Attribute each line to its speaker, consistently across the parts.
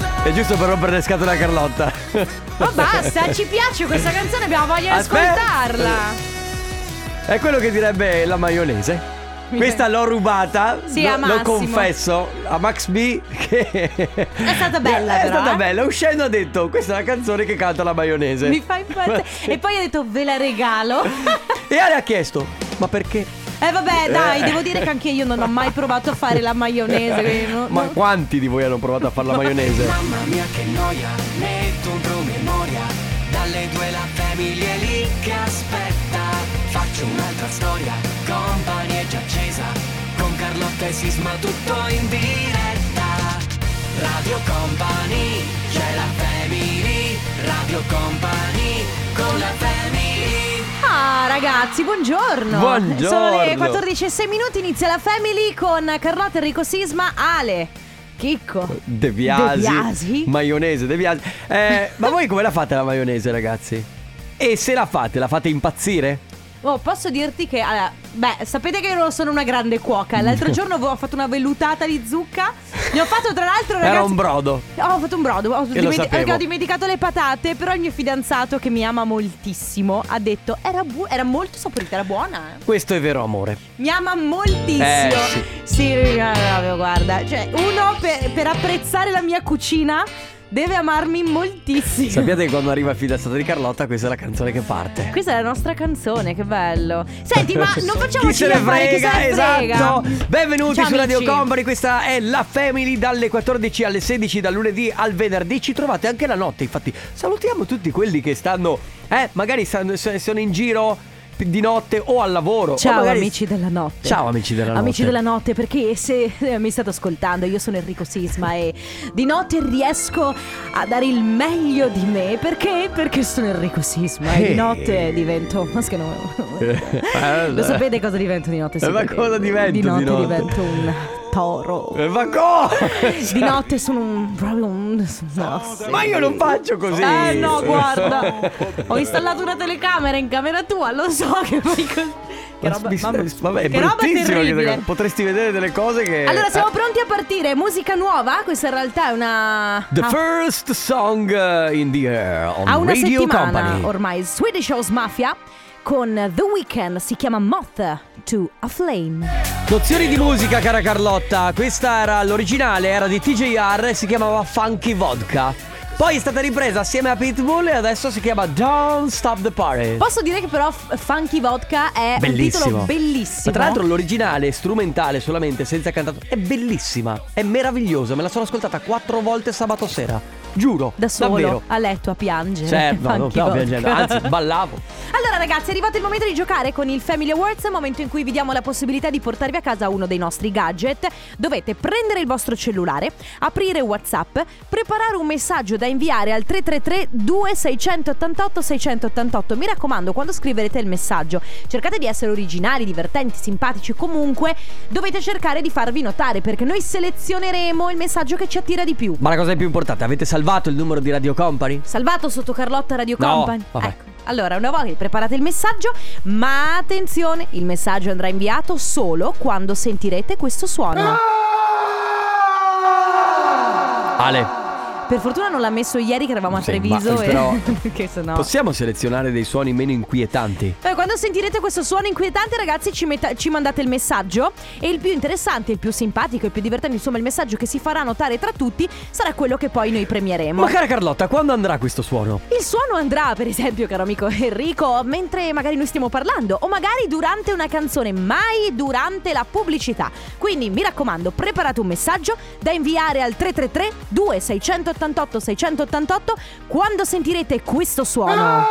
Speaker 1: È giusto per rompere le scatole a Carlotta.
Speaker 2: Ma basta, ci piace questa canzone, abbiamo voglia di
Speaker 1: Aspetta.
Speaker 2: ascoltarla.
Speaker 1: È quello che direbbe la maionese. Questa l'ho rubata,
Speaker 2: Sì,
Speaker 1: lo,
Speaker 2: a
Speaker 1: lo
Speaker 2: Massimo.
Speaker 1: confesso, a Max B che
Speaker 2: È stata bella,
Speaker 1: È
Speaker 2: però,
Speaker 1: stata
Speaker 2: eh.
Speaker 1: bella, uscendo ha detto "Questa è la canzone che canta la maionese".
Speaker 2: Mi fa impazzire. E poi ho detto ve la regalo.
Speaker 1: E Ale ha chiesto "Ma perché?".
Speaker 2: Eh vabbè, dai, devo dire che anche io non ho mai provato a fare la maionese. quindi no-
Speaker 1: Ma
Speaker 2: no.
Speaker 1: quanti di voi hanno provato a fare la maionese?
Speaker 3: Mamma mia che noia, metto un promemoria Dalle due la famiglia è lì che aspetta Faccio un'altra storia, company è già accesa Con Carlotta e Sisma tutto in diretta Radio Company, c'è la family Radio Company, con la family
Speaker 2: Ah, ragazzi, buongiorno.
Speaker 1: Buongiorno.
Speaker 2: Sono le 14 e 6 minuti, inizia la family con Carlotta, Enrico Sisma, Ale, Chicco.
Speaker 1: De Biasi,
Speaker 2: De Biasi?
Speaker 1: Maionese, De Biasi. Eh, ma voi come la fate la maionese, ragazzi? E se la fate, la fate impazzire?
Speaker 2: Oh, posso dirti che, allora, beh, sapete che io non sono una grande cuoca. L'altro giorno ho fatto una vellutata di zucca. Ne ho fatto tra l'altro, ragazzi.
Speaker 1: Era un brodo.
Speaker 2: Ho fatto un brodo, ho,
Speaker 1: lo
Speaker 2: dimenti-
Speaker 1: sapevo.
Speaker 2: ho dimenticato le patate, però il mio fidanzato che mi ama moltissimo ha detto era, bu- era molto saporita, era buona. eh."
Speaker 1: Questo è vero amore.
Speaker 2: Mi ama moltissimo.
Speaker 1: Eh, sì.
Speaker 2: Sì, lui- eh, proprio, guarda, cioè uno per, per apprezzare la mia cucina deve amarmi moltissimo.
Speaker 1: Sappiate che quando arriva il fidanzato di Carlotta, questa è la canzone che parte.
Speaker 2: Questa è la nostra canzone, che bello. Senti, ma non facciamoci
Speaker 1: chi se ne
Speaker 2: affari,
Speaker 1: frega,
Speaker 2: chi se ne frega.
Speaker 1: esatto. Benvenuti
Speaker 2: Ciao,
Speaker 1: su Radio
Speaker 2: amici.
Speaker 1: Company, questa è la Family dalle 14 alle 16 dal lunedì al venerdì. Ci trovate anche la notte. Infatti, salutiamo tutti quelli che stanno eh, magari stanno- sono in giro di notte o al lavoro. o
Speaker 2: Ciao
Speaker 1: magari-
Speaker 2: amici della notte.
Speaker 1: Ciao amici della notte.
Speaker 2: Amici della notte, perché se eh, mi state ascoltando, io sono Enrico Sisma e di notte riesco a dare il meglio di me. Perché? Perché sono Enrico Sisma e
Speaker 1: Eh.
Speaker 2: di notte divento. Ma scherzo,
Speaker 1: Eh,
Speaker 2: Lo sapete cosa divento di notte?
Speaker 1: Eh, ma
Speaker 2: perché
Speaker 1: cosa divento di
Speaker 2: Di
Speaker 1: notte?
Speaker 2: notte divento un toro.
Speaker 1: Eh, Ma co-
Speaker 2: Di notte sono un. proprio un. no, sì.
Speaker 1: Ma io non faccio così.
Speaker 2: Eh no, guarda. Ho installato una telecamera in camera tua, lo so che poi Che
Speaker 1: Ma
Speaker 2: roba,
Speaker 1: mi-
Speaker 2: mamma-
Speaker 1: vabbè, è
Speaker 2: che roba
Speaker 1: bruttissimo che- Eh,
Speaker 2: terribile.
Speaker 1: Potresti vedere delle cose che
Speaker 2: Allora siamo pronti a partire, musica nuova, questa in realtà è una
Speaker 1: The
Speaker 2: ha-
Speaker 1: first song uh, in the air on
Speaker 2: Ah. ha una
Speaker 1: Radio
Speaker 2: settimana
Speaker 1: Company.
Speaker 2: ormai, Swedish House Mafia con The Weeknd, si chiama Moth to a Flame.
Speaker 1: Nozioni di musica, cara Carlotta. Questa era l'originale, era di TJR, si chiamava Funky Vodka. Poi è stata ripresa assieme a Pitbull e adesso si chiama Don't Stop the Party.
Speaker 2: Posso dire che però f- Funky Vodka è un titolo
Speaker 1: Ma
Speaker 2: bellissimo.
Speaker 1: tra l'altro l'originale strumentale solamente senza cantato è bellissima, è meravigliosa, me la sono ascoltata quattro volte sabato sera. Giuro,
Speaker 2: da solo
Speaker 1: davvero.
Speaker 2: a letto a piangere.
Speaker 1: Certo, no, no,
Speaker 2: Funky
Speaker 1: stavo
Speaker 2: Vodka.
Speaker 1: piangendo, anzi ballavo.
Speaker 2: Allora ragazzi è arrivato il momento di giocare con il Family Awards Momento in cui vi diamo la possibilità di portarvi a casa uno dei nostri gadget Dovete prendere il vostro cellulare, aprire Whatsapp Preparare un messaggio da inviare al 333 2688 688 Mi raccomando quando scriverete il messaggio Cercate di essere originali, divertenti, simpatici Comunque dovete cercare di farvi notare Perché noi selezioneremo il messaggio che ci attira di più
Speaker 1: Ma la cosa più importante, avete salvato il numero di Radio Company?
Speaker 2: Salvato sotto Carlotta Radio
Speaker 1: No,
Speaker 2: Company.
Speaker 1: vabbè.
Speaker 2: Ecco. Allora, una volta che preparate il messaggio, ma attenzione, il messaggio andrà inviato solo quando sentirete questo suono.
Speaker 1: Ale,
Speaker 2: Per fortuna non l'ha messo ieri che eravamo a
Speaker 1: Sì,
Speaker 2: Treviso
Speaker 1: ma-
Speaker 2: e
Speaker 1: però-
Speaker 2: che sennò
Speaker 1: possiamo selezionare dei suoni meno inquietanti?
Speaker 2: Poi quando sentirete questo suono inquietante, ragazzi, ci, metta- ci mandate il messaggio. E il più interessante, il più simpatico, il più divertente, insomma, il messaggio che si farà notare tra tutti sarà quello che poi noi premieremo.
Speaker 1: Ma cara Carlotta, quando andrà questo suono?
Speaker 2: Il suono andrà, per esempio, caro amico Enrico, mentre magari noi stiamo parlando o magari durante una canzone, mai durante la pubblicità. Quindi mi raccomando, preparate un messaggio da inviare al 333 2688 688 quando sentirete questo suono.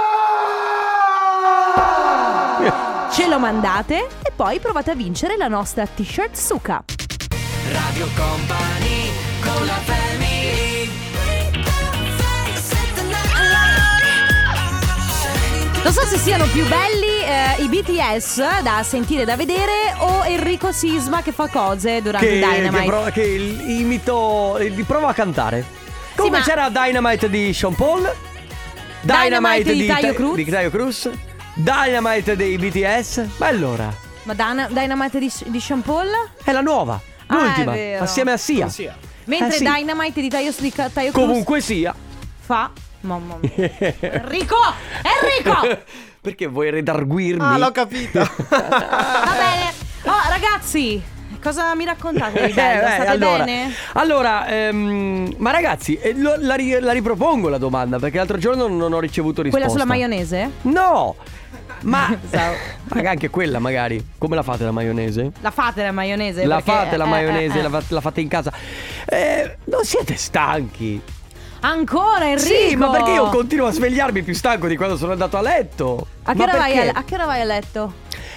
Speaker 2: Ce lo mandate e poi provate a vincere la nostra t-shirt Suka.
Speaker 3: Radio Company, con la family
Speaker 2: Non so se siano più belli eh, i BTS da sentire e da vedere o Enrico Sisma che fa cose durante
Speaker 1: Che,
Speaker 2: Dynamite.
Speaker 1: che, prova, che il- imito, il- prova a cantare. Come
Speaker 2: ma-
Speaker 1: c'era Dynamite di Sean Paul,
Speaker 2: Dynamite di Taio
Speaker 1: Ta-
Speaker 2: Cruz.
Speaker 1: di Taio Cruz, Dynamite dei BTS. Ma allora,
Speaker 2: Ma Dana- Dynamite di, di Sean Paul?
Speaker 1: è la nuova,
Speaker 2: Ah, è
Speaker 1: l'ultima,
Speaker 2: vero.
Speaker 1: assieme a Sia.
Speaker 2: Mentre
Speaker 1: Eh, sì.
Speaker 2: Dynamite di Taio, di Ca- Taio Cruz
Speaker 1: Comunque sia.
Speaker 2: fa. Mamma mia. Enrico! Enrico!
Speaker 1: Perché vuoi redarguirmi?
Speaker 4: Ah, l'ho capito.
Speaker 2: Va bene. Oh, ragazzi, cosa mi raccontate di bello?
Speaker 1: Eh, eh,
Speaker 2: State
Speaker 1: allora,
Speaker 2: bene?
Speaker 1: allora ehm, ma ragazzi, eh, lo- la, ri- la ripropongo la domanda perché l'altro giorno non ho ricevuto risposta.
Speaker 2: Quella sulla maionese?
Speaker 1: No, ma
Speaker 2: Ciao.
Speaker 1: Raga, anche quella magari. Come la fate la maionese?
Speaker 2: La fate la maionese?
Speaker 1: La
Speaker 2: perché-
Speaker 1: fate la
Speaker 2: eh,
Speaker 1: maionese,
Speaker 2: eh,
Speaker 1: la,
Speaker 2: eh.
Speaker 1: fa- la fate in casa. Eh, non siete stanchi?
Speaker 2: Ancora Enrico!
Speaker 1: Sì, ma perché io continuo a svegliarmi più stanco di quando sono andato a letto?
Speaker 2: A che,
Speaker 1: Ma
Speaker 2: ora vai
Speaker 1: perché?
Speaker 2: a, a che ora vai a letto?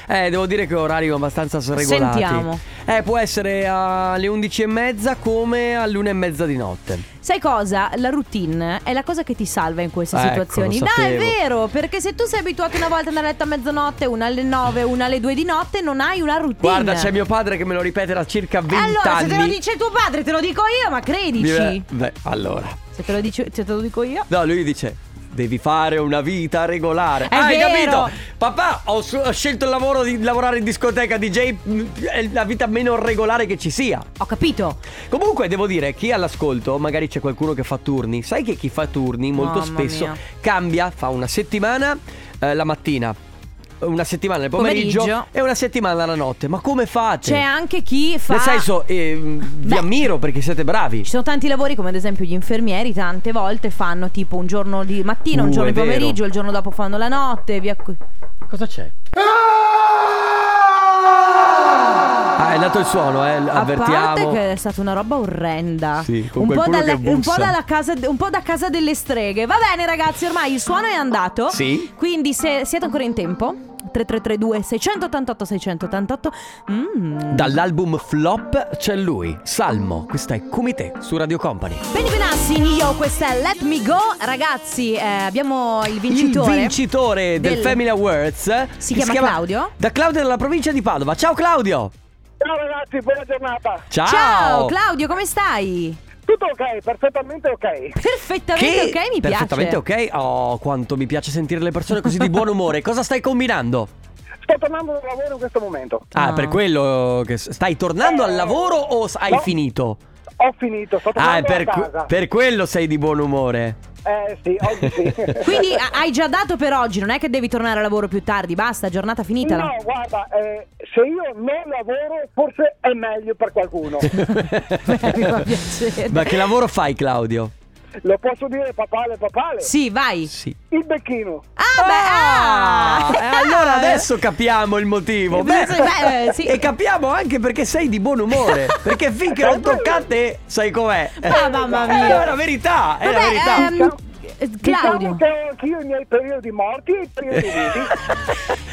Speaker 1: Eh, devo dire che ho orari abbastanza sregolati.
Speaker 2: Sentiamo.
Speaker 1: Eh, può essere alle 11 e mezza come all'una e mezza di notte.
Speaker 2: Sai cosa? La routine è la cosa che ti salva in queste
Speaker 1: Ecco,
Speaker 2: situazioni.
Speaker 1: lo
Speaker 2: No, è
Speaker 1: sapevo.
Speaker 2: vero, perché se tu sei abituato una volta ad andare a letto a mezzanotte, una alle nove, una alle due di notte, non hai una routine.
Speaker 1: Guarda, c'è mio padre che me lo ripete da circa 20
Speaker 2: Allora, se
Speaker 1: anni.
Speaker 2: te lo dice tuo padre, te lo dico io, ma credici.
Speaker 1: Dice- Beh, allora.
Speaker 2: Se te lo, dice, se te lo dico io.
Speaker 1: No, lui dice devi fare una vita regolare.
Speaker 2: È
Speaker 1: Hai
Speaker 2: vero.
Speaker 1: capito? Papà, ho, s- ho scelto il lavoro di lavorare in discoteca DJ, mm, è la vita meno regolare che ci sia.
Speaker 2: Ho capito.
Speaker 1: Comunque devo dire, chi è all'ascolto, magari c'è qualcuno che fa turni, sai che chi fa turni molto
Speaker 2: Mamma
Speaker 1: spesso
Speaker 2: mia.
Speaker 1: cambia, fa una settimana eh, la mattina, una settimana nel pomeriggio,
Speaker 2: Pomeriggio.
Speaker 1: e una settimana la notte. Ma come fate?
Speaker 2: C'è anche chi fa.
Speaker 1: Nel senso, eh, vi
Speaker 2: Beh.
Speaker 1: ammiro perché siete bravi.
Speaker 2: Ci sono tanti lavori come ad esempio gli infermieri, tante volte fanno tipo un giorno di mattina, un
Speaker 1: Uh,
Speaker 2: giorno
Speaker 1: è
Speaker 2: di
Speaker 1: vero.
Speaker 2: pomeriggio, il giorno dopo fanno la notte e via. co-
Speaker 1: Cosa c'è? Ah, è dato il suono, eh.
Speaker 2: A parte
Speaker 1: Avvertiamo.
Speaker 2: che è stata una roba orrenda.
Speaker 1: Sì, con
Speaker 2: un, po
Speaker 1: qualcuno
Speaker 2: dalla-
Speaker 1: che
Speaker 2: un po'
Speaker 1: bussa.
Speaker 2: dalla casa, un po' da casa delle streghe. Va bene, ragazzi, ormai il suono è andato.
Speaker 1: Sì.
Speaker 2: Quindi se siete ancora in tempo. 3332 688 688 mm.
Speaker 1: Dall'album Flop c'è lui, Salmo. Questa è Come te su Radio Company.
Speaker 2: Beni Benassi, io questa è Let Me Go Ragazzi eh, abbiamo il vincitore
Speaker 1: Il vincitore del,
Speaker 2: del-
Speaker 1: Family Awards eh,
Speaker 2: Si
Speaker 1: che
Speaker 2: chiama Claudio?
Speaker 1: Da Claudio della provincia di Padova. Ciao Claudio!
Speaker 5: Ciao ragazzi, buona giornata.
Speaker 1: Ciao!
Speaker 2: Ciao Claudio come stai?
Speaker 5: Tutto ok, perfettamente ok.
Speaker 2: Perfettamente
Speaker 1: Che-
Speaker 2: ok mi
Speaker 1: perfettamente
Speaker 2: piace
Speaker 1: ok. Oh, quanto mi piace sentire le persone così di buon umore. Cosa stai combinando?
Speaker 5: Sto tornando dal lavoro in questo momento.
Speaker 1: Ah,
Speaker 2: Ah. Eh.
Speaker 1: per quello che s- stai tornando al lavoro o s- hai
Speaker 5: No.
Speaker 1: finito?
Speaker 5: Ho finito, sto
Speaker 1: Ah, è
Speaker 5: tornando
Speaker 1: per,
Speaker 5: a
Speaker 1: que-
Speaker 5: casa.
Speaker 1: per quello sei di buon umore.
Speaker 5: Eh sì, oggi sì.
Speaker 2: Quindi ah, a- hai già dato per oggi Non è che devi tornare a lavoro più tardi Basta giornata finita
Speaker 5: No, guarda, eh, se io non lavoro forse è meglio per qualcuno.
Speaker 2: Mi fa piacere
Speaker 1: Ma che lavoro fai, Claudio?
Speaker 5: Lo posso dire papale, papale?
Speaker 2: Sì vai
Speaker 1: Sì.
Speaker 5: Il becchino.
Speaker 2: Ah beh ah!
Speaker 1: Eh, allora adesso capiamo il motivo. Beh,
Speaker 2: Beh, eh, sì.
Speaker 1: E capiamo anche perché sei di buon umore. perché finché non tocca a te, sai com'è.
Speaker 2: Ah, mamma mia.
Speaker 1: Eh, È la verità, è la
Speaker 2: Vabbè,
Speaker 1: verità.
Speaker 2: ehm, eh, Claudio
Speaker 5: Diciamo che ho anch'io i miei periodi morti e i periodi vivi.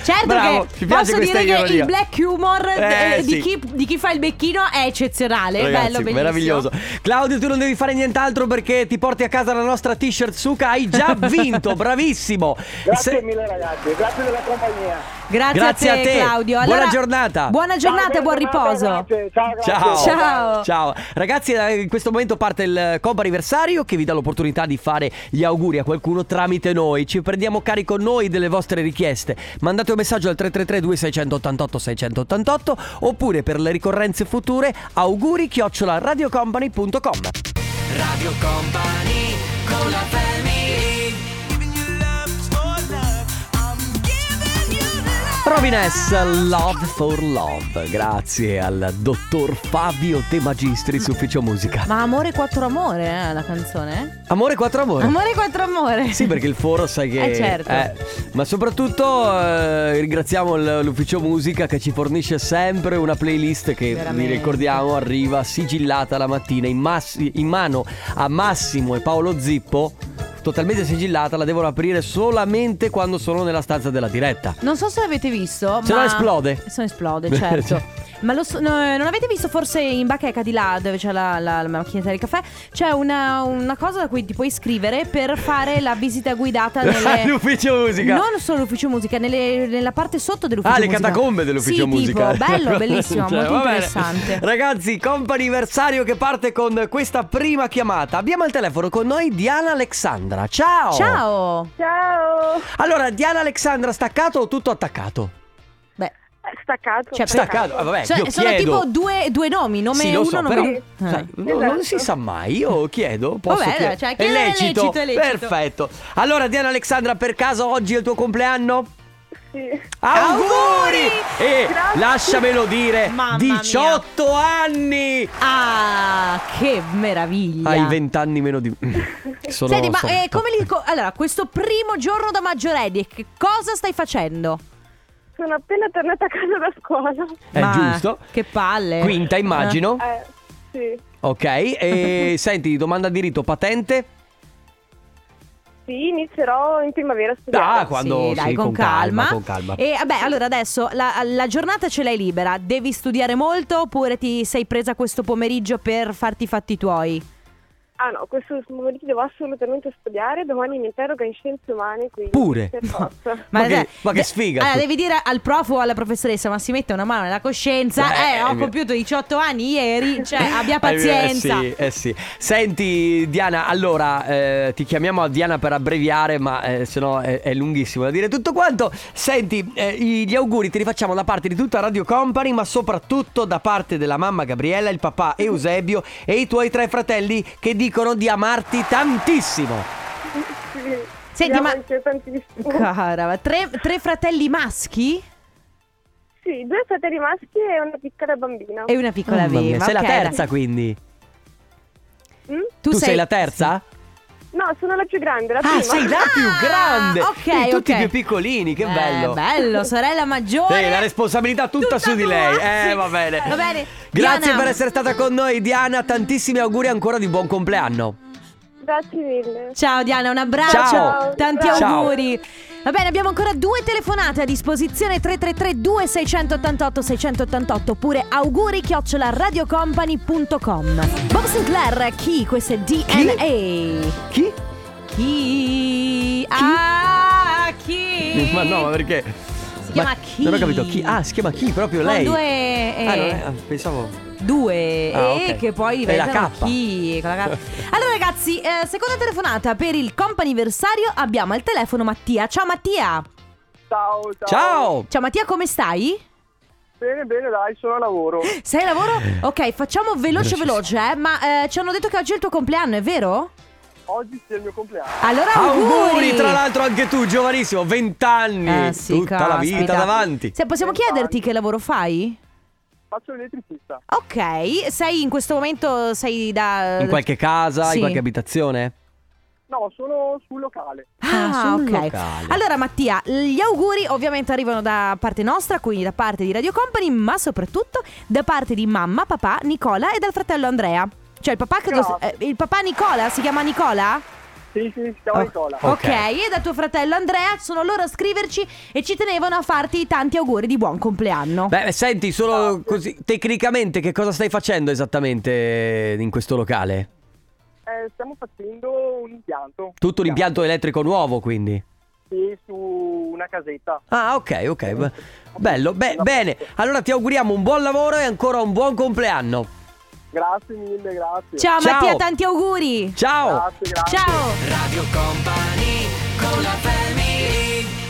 Speaker 2: Certo
Speaker 1: Bravo,
Speaker 2: che
Speaker 1: ci piace
Speaker 2: posso
Speaker 1: questa
Speaker 2: dire che
Speaker 1: ironia.
Speaker 2: il black humor
Speaker 1: Eh,
Speaker 2: eh, di,
Speaker 1: sì.
Speaker 2: chi, di chi fa il becchino è eccezionale, è
Speaker 1: Ragazzi,
Speaker 2: Eh, bello, bellissimo.
Speaker 1: meraviglioso. Claudio, tu non devi fare nient'altro perché ti porti a casa la nostra t-shirt Suka. Hai già vinto, bravissimo.
Speaker 5: Grazie
Speaker 1: Se-
Speaker 5: mille ragazzi, grazie della compagnia.
Speaker 2: Grazie,
Speaker 1: Grazie
Speaker 2: a, te,
Speaker 1: a te.
Speaker 2: Claudio.
Speaker 1: Buona giornata.
Speaker 2: Buona giornata e
Speaker 5: Ciao,
Speaker 2: buon riposo.
Speaker 5: grazie, Ciao, grazie.
Speaker 1: Ciao.
Speaker 2: Ciao.
Speaker 1: Ciao. Ragazzi, eh, in questo momento parte il combo anniversario che vi dà l'opportunità di fare gli auguri a qualcuno tramite noi. Ci prendiamo carico noi delle vostre richieste. Mandate un messaggio al 333 2688 688 oppure per le ricorrenze future auguri chiocciola radiocompany.com. Radio Company con la Robin S, Love for Love, grazie al dottor Fabio De Magistris, ufficio musica.
Speaker 2: Ma amore quattro amore eh, la canzone?
Speaker 1: Amore quattro amore.
Speaker 2: Amore quattro amore.
Speaker 1: Sì, perché il foro sai che...
Speaker 2: Eh, certo.
Speaker 1: ma soprattutto eh, ringraziamo l- l'ufficio musica che ci fornisce sempre una playlist che, vi
Speaker 2: Veramente.
Speaker 1: ricordiamo, arriva sigillata la mattina in, massi- in mano a Massimo e Paolo Zippo. Totalmente sigillata, la devono aprire solamente quando sono nella stanza della diretta.
Speaker 2: Non so se l'avete visto,
Speaker 1: Se
Speaker 2: ma
Speaker 1: no esplode.
Speaker 2: Se no esplode, certo. Ma lo so- no, non avete visto forse in bacheca di là dove c'è la, la- la macchinetta del caffè? C'è una, una cosa da cui ti puoi iscrivere per fare la visita guidata nelle,
Speaker 1: L'ufficio musica.
Speaker 2: Non solo l'ufficio musica, nelle- nella parte sotto dell'ufficio
Speaker 1: Ah, le
Speaker 2: musica.
Speaker 1: catacombe dell'ufficio
Speaker 2: sì,
Speaker 1: musica.
Speaker 2: Tipo, bello, bellissimo,
Speaker 1: Cioè,
Speaker 2: molto
Speaker 1: va bene.
Speaker 2: interessante.
Speaker 1: Ragazzi, comp'anniversario che parte con questa prima chiamata. Abbiamo al telefono con noi Diana Alexandra. Ciao!
Speaker 2: Ciao!
Speaker 6: Ciao!
Speaker 1: Allora, Diana Alexandra staccato o tutto attaccato?
Speaker 2: Beh,
Speaker 4: Staccato.
Speaker 2: Cioè,
Speaker 1: Staccato, ah, vabbè,
Speaker 2: Cioè,
Speaker 1: io
Speaker 2: sono
Speaker 1: chiedo.
Speaker 2: tipo due, due nomi, nome
Speaker 1: sì, lo
Speaker 2: uno,
Speaker 1: so,
Speaker 2: nome
Speaker 1: però,
Speaker 2: due. Eh.
Speaker 1: sai, no- non
Speaker 4: Esatto.
Speaker 1: si sa mai. Io chiedo, posso
Speaker 2: Vabbè,
Speaker 1: chiedere.
Speaker 2: cioè, chiedere è lecito, è lecito.
Speaker 1: Perfetto. Allora, Diana Alexandra, per caso oggi è il tuo compleanno?
Speaker 4: Sì.
Speaker 1: Auguri!
Speaker 2: Auguri!
Speaker 1: E
Speaker 4: Grazie.
Speaker 1: lasciamelo dire,
Speaker 2: Mamma mia.
Speaker 1: 18 anni!
Speaker 2: Ah, che meraviglia!
Speaker 1: Hai 20 anni meno di Sono
Speaker 2: Senti, ma
Speaker 1: sono-
Speaker 2: eh, come li... co- allora, questo primo giorno da maggiorenni, che cosa stai facendo?
Speaker 4: Sono appena tornata a casa da scuola.
Speaker 1: È
Speaker 2: Ma
Speaker 1: giusto.
Speaker 2: Che palle.
Speaker 1: Quinta, immagino.
Speaker 4: Eh, sì.
Speaker 1: Ok, e senti, domanda di rito, patente?
Speaker 4: Sì, inizierò in primavera a studiare.
Speaker 1: Ah, quando
Speaker 2: sì, dai,
Speaker 1: sì,
Speaker 2: con, calma.
Speaker 1: con calma.
Speaker 2: E vabbè, allora adesso la, la giornata ce l'hai libera. Devi studiare molto oppure ti sei presa questo pomeriggio per farti i fatti tuoi?
Speaker 4: Ah no, questo pomeriggio devo assolutamente studiare, domani mi interroga in scienze umane, quindi...
Speaker 1: Pure?
Speaker 4: Per
Speaker 1: Ma-
Speaker 4: forza.
Speaker 1: Ma che-
Speaker 2: dai,
Speaker 1: ma che
Speaker 2: de-
Speaker 1: sfiga.
Speaker 2: Allora, devi dire al prof o alla professoressa, ma si mette una mano nella coscienza.
Speaker 1: Eh,
Speaker 2: Eh, ho
Speaker 1: eh,
Speaker 2: compiuto 18 anni ieri, cioè abbia
Speaker 1: Eh
Speaker 2: pazienza.
Speaker 1: sì, eh sì. Senti Diana, allora eh, ti chiamiamo a Diana per abbreviare, ma eh, se no è, è lunghissimo da dire tutto quanto. Senti, eh, i- gli auguri te li facciamo da parte di tutta Radio Company, ma soprattutto da parte della mamma Gabriella, il papà Eusebio e i tuoi tre fratelli che dicono di amarti tantissimo.
Speaker 4: Sì.
Speaker 2: Senti,
Speaker 4: Abbiamo
Speaker 2: ma-
Speaker 4: anche tantissimo.
Speaker 2: Cara, ma tre, tre fratelli maschi
Speaker 4: Sì, due fratelli maschi e una piccola bambina.
Speaker 2: e una piccola
Speaker 1: Mamma mia,
Speaker 2: bimba.
Speaker 1: sei
Speaker 2: ok,
Speaker 1: la
Speaker 2: dai.
Speaker 1: terza quindi.
Speaker 4: Mm?
Speaker 1: Tu, sei... la terza?
Speaker 4: No, sono la più grande, la
Speaker 1: Ah,
Speaker 4: prima.
Speaker 1: sei la più
Speaker 2: Ah,
Speaker 1: grande!
Speaker 2: ok,
Speaker 1: Quindi tutti
Speaker 2: ok.
Speaker 1: più piccolini, che
Speaker 2: Eh,
Speaker 1: bello!
Speaker 2: bello, sorella maggiore.
Speaker 1: Sì, la responsabilità tutta, su di
Speaker 2: tua,
Speaker 1: lei. Eh,
Speaker 2: sì.
Speaker 1: va bene.
Speaker 2: Va bene.
Speaker 1: Grazie
Speaker 2: Diana.
Speaker 1: per essere stata con noi, Diana. Tantissimi auguri ancora di buon compleanno.
Speaker 4: Grazie mille.
Speaker 2: Ciao Diana, un abbraccio.
Speaker 1: Ciao.
Speaker 2: Tanti
Speaker 1: Ciao.
Speaker 2: auguri. Va bene, abbiamo ancora due telefonate a disposizione 333 2688 688 oppure auguri chiocciola radiocompany.com. Bob Sinclair, chi? Questo è DNA. Chi?
Speaker 1: Chi?
Speaker 2: Ah, chi?
Speaker 1: Ma no, ma perché?
Speaker 2: Si chiama
Speaker 1: Ma-
Speaker 2: Chi.
Speaker 1: Non ho capito chi. Ah, si chiama chi? Proprio
Speaker 2: Con
Speaker 1: lei.
Speaker 2: due
Speaker 1: Ah, non
Speaker 2: E,
Speaker 1: è- ah, pensavo.
Speaker 2: due
Speaker 1: Ah,
Speaker 2: e
Speaker 1: ok.
Speaker 2: che poi
Speaker 1: E la
Speaker 2: diventano
Speaker 1: K.
Speaker 2: chi con la K. Allora ragazzi, eh, seconda telefonata per il comp'anniversario abbiamo al telefono Mattia. Ciao Mattia.
Speaker 5: Ciao,
Speaker 1: Ciao!
Speaker 2: Ciao Mattia, come stai?
Speaker 5: Bene, bene, dai, sono a lavoro.
Speaker 2: Sei al lavoro?
Speaker 1: Eh.
Speaker 2: Ok, facciamo veloce
Speaker 1: Velocissimo.
Speaker 2: veloce, eh, ma eh, ci hanno detto che oggi è il tuo compleanno, è vero?
Speaker 5: Oggi è il mio compleanno.
Speaker 2: Allora auguri.
Speaker 1: Auguri, tra l'altro, anche tu, giovanissimo, 20 anni.
Speaker 2: Eh, sì,
Speaker 1: tutta la vita
Speaker 2: caspita.
Speaker 1: davanti.
Speaker 2: Se possiamo chiederti che lavoro fai?
Speaker 5: Faccio l'elettricista.
Speaker 2: Ok, sei in questo momento sei da
Speaker 1: In qualche casa,
Speaker 2: Sì.
Speaker 1: in qualche abitazione?
Speaker 5: No, sono sul locale.
Speaker 2: Ah,
Speaker 1: sul
Speaker 2: ok.
Speaker 1: locale.
Speaker 2: Allora Mattia, gli auguri ovviamente arrivano da parte nostra, quindi da parte di Radio Company, ma soprattutto da parte di mamma, papà, Nicola e dal fratello Andrea. Cioè il papà credo,
Speaker 5: Grazie.
Speaker 2: eh, il papà Nicola si chiama Nicola?
Speaker 5: Sì, sì, si chiama
Speaker 1: Oh.
Speaker 5: Nicola.
Speaker 1: Oh.
Speaker 2: Ok,
Speaker 1: Ok.
Speaker 2: e da tuo fratello Andrea sono loro a scriverci e ci tenevano a farti tanti auguri di buon compleanno.
Speaker 1: Beh, senti, solo così. Tecnicamente, che cosa stai facendo esattamente in questo locale?
Speaker 5: Eh, stiamo facendo un impianto.
Speaker 1: Tutto l'impianto elettrico nuovo, quindi.
Speaker 5: Sì, su una casetta.
Speaker 1: Ah, ok, ok. Be- Bello, Beh, bene. Allora ti auguriamo un buon lavoro e ancora un buon compleanno.
Speaker 5: Grazie mille, grazie.
Speaker 2: Ciao,
Speaker 1: Ciao.
Speaker 2: Mattia, tanti auguri.
Speaker 1: Ciao!
Speaker 5: Grazie, grazie.
Speaker 2: Ciao.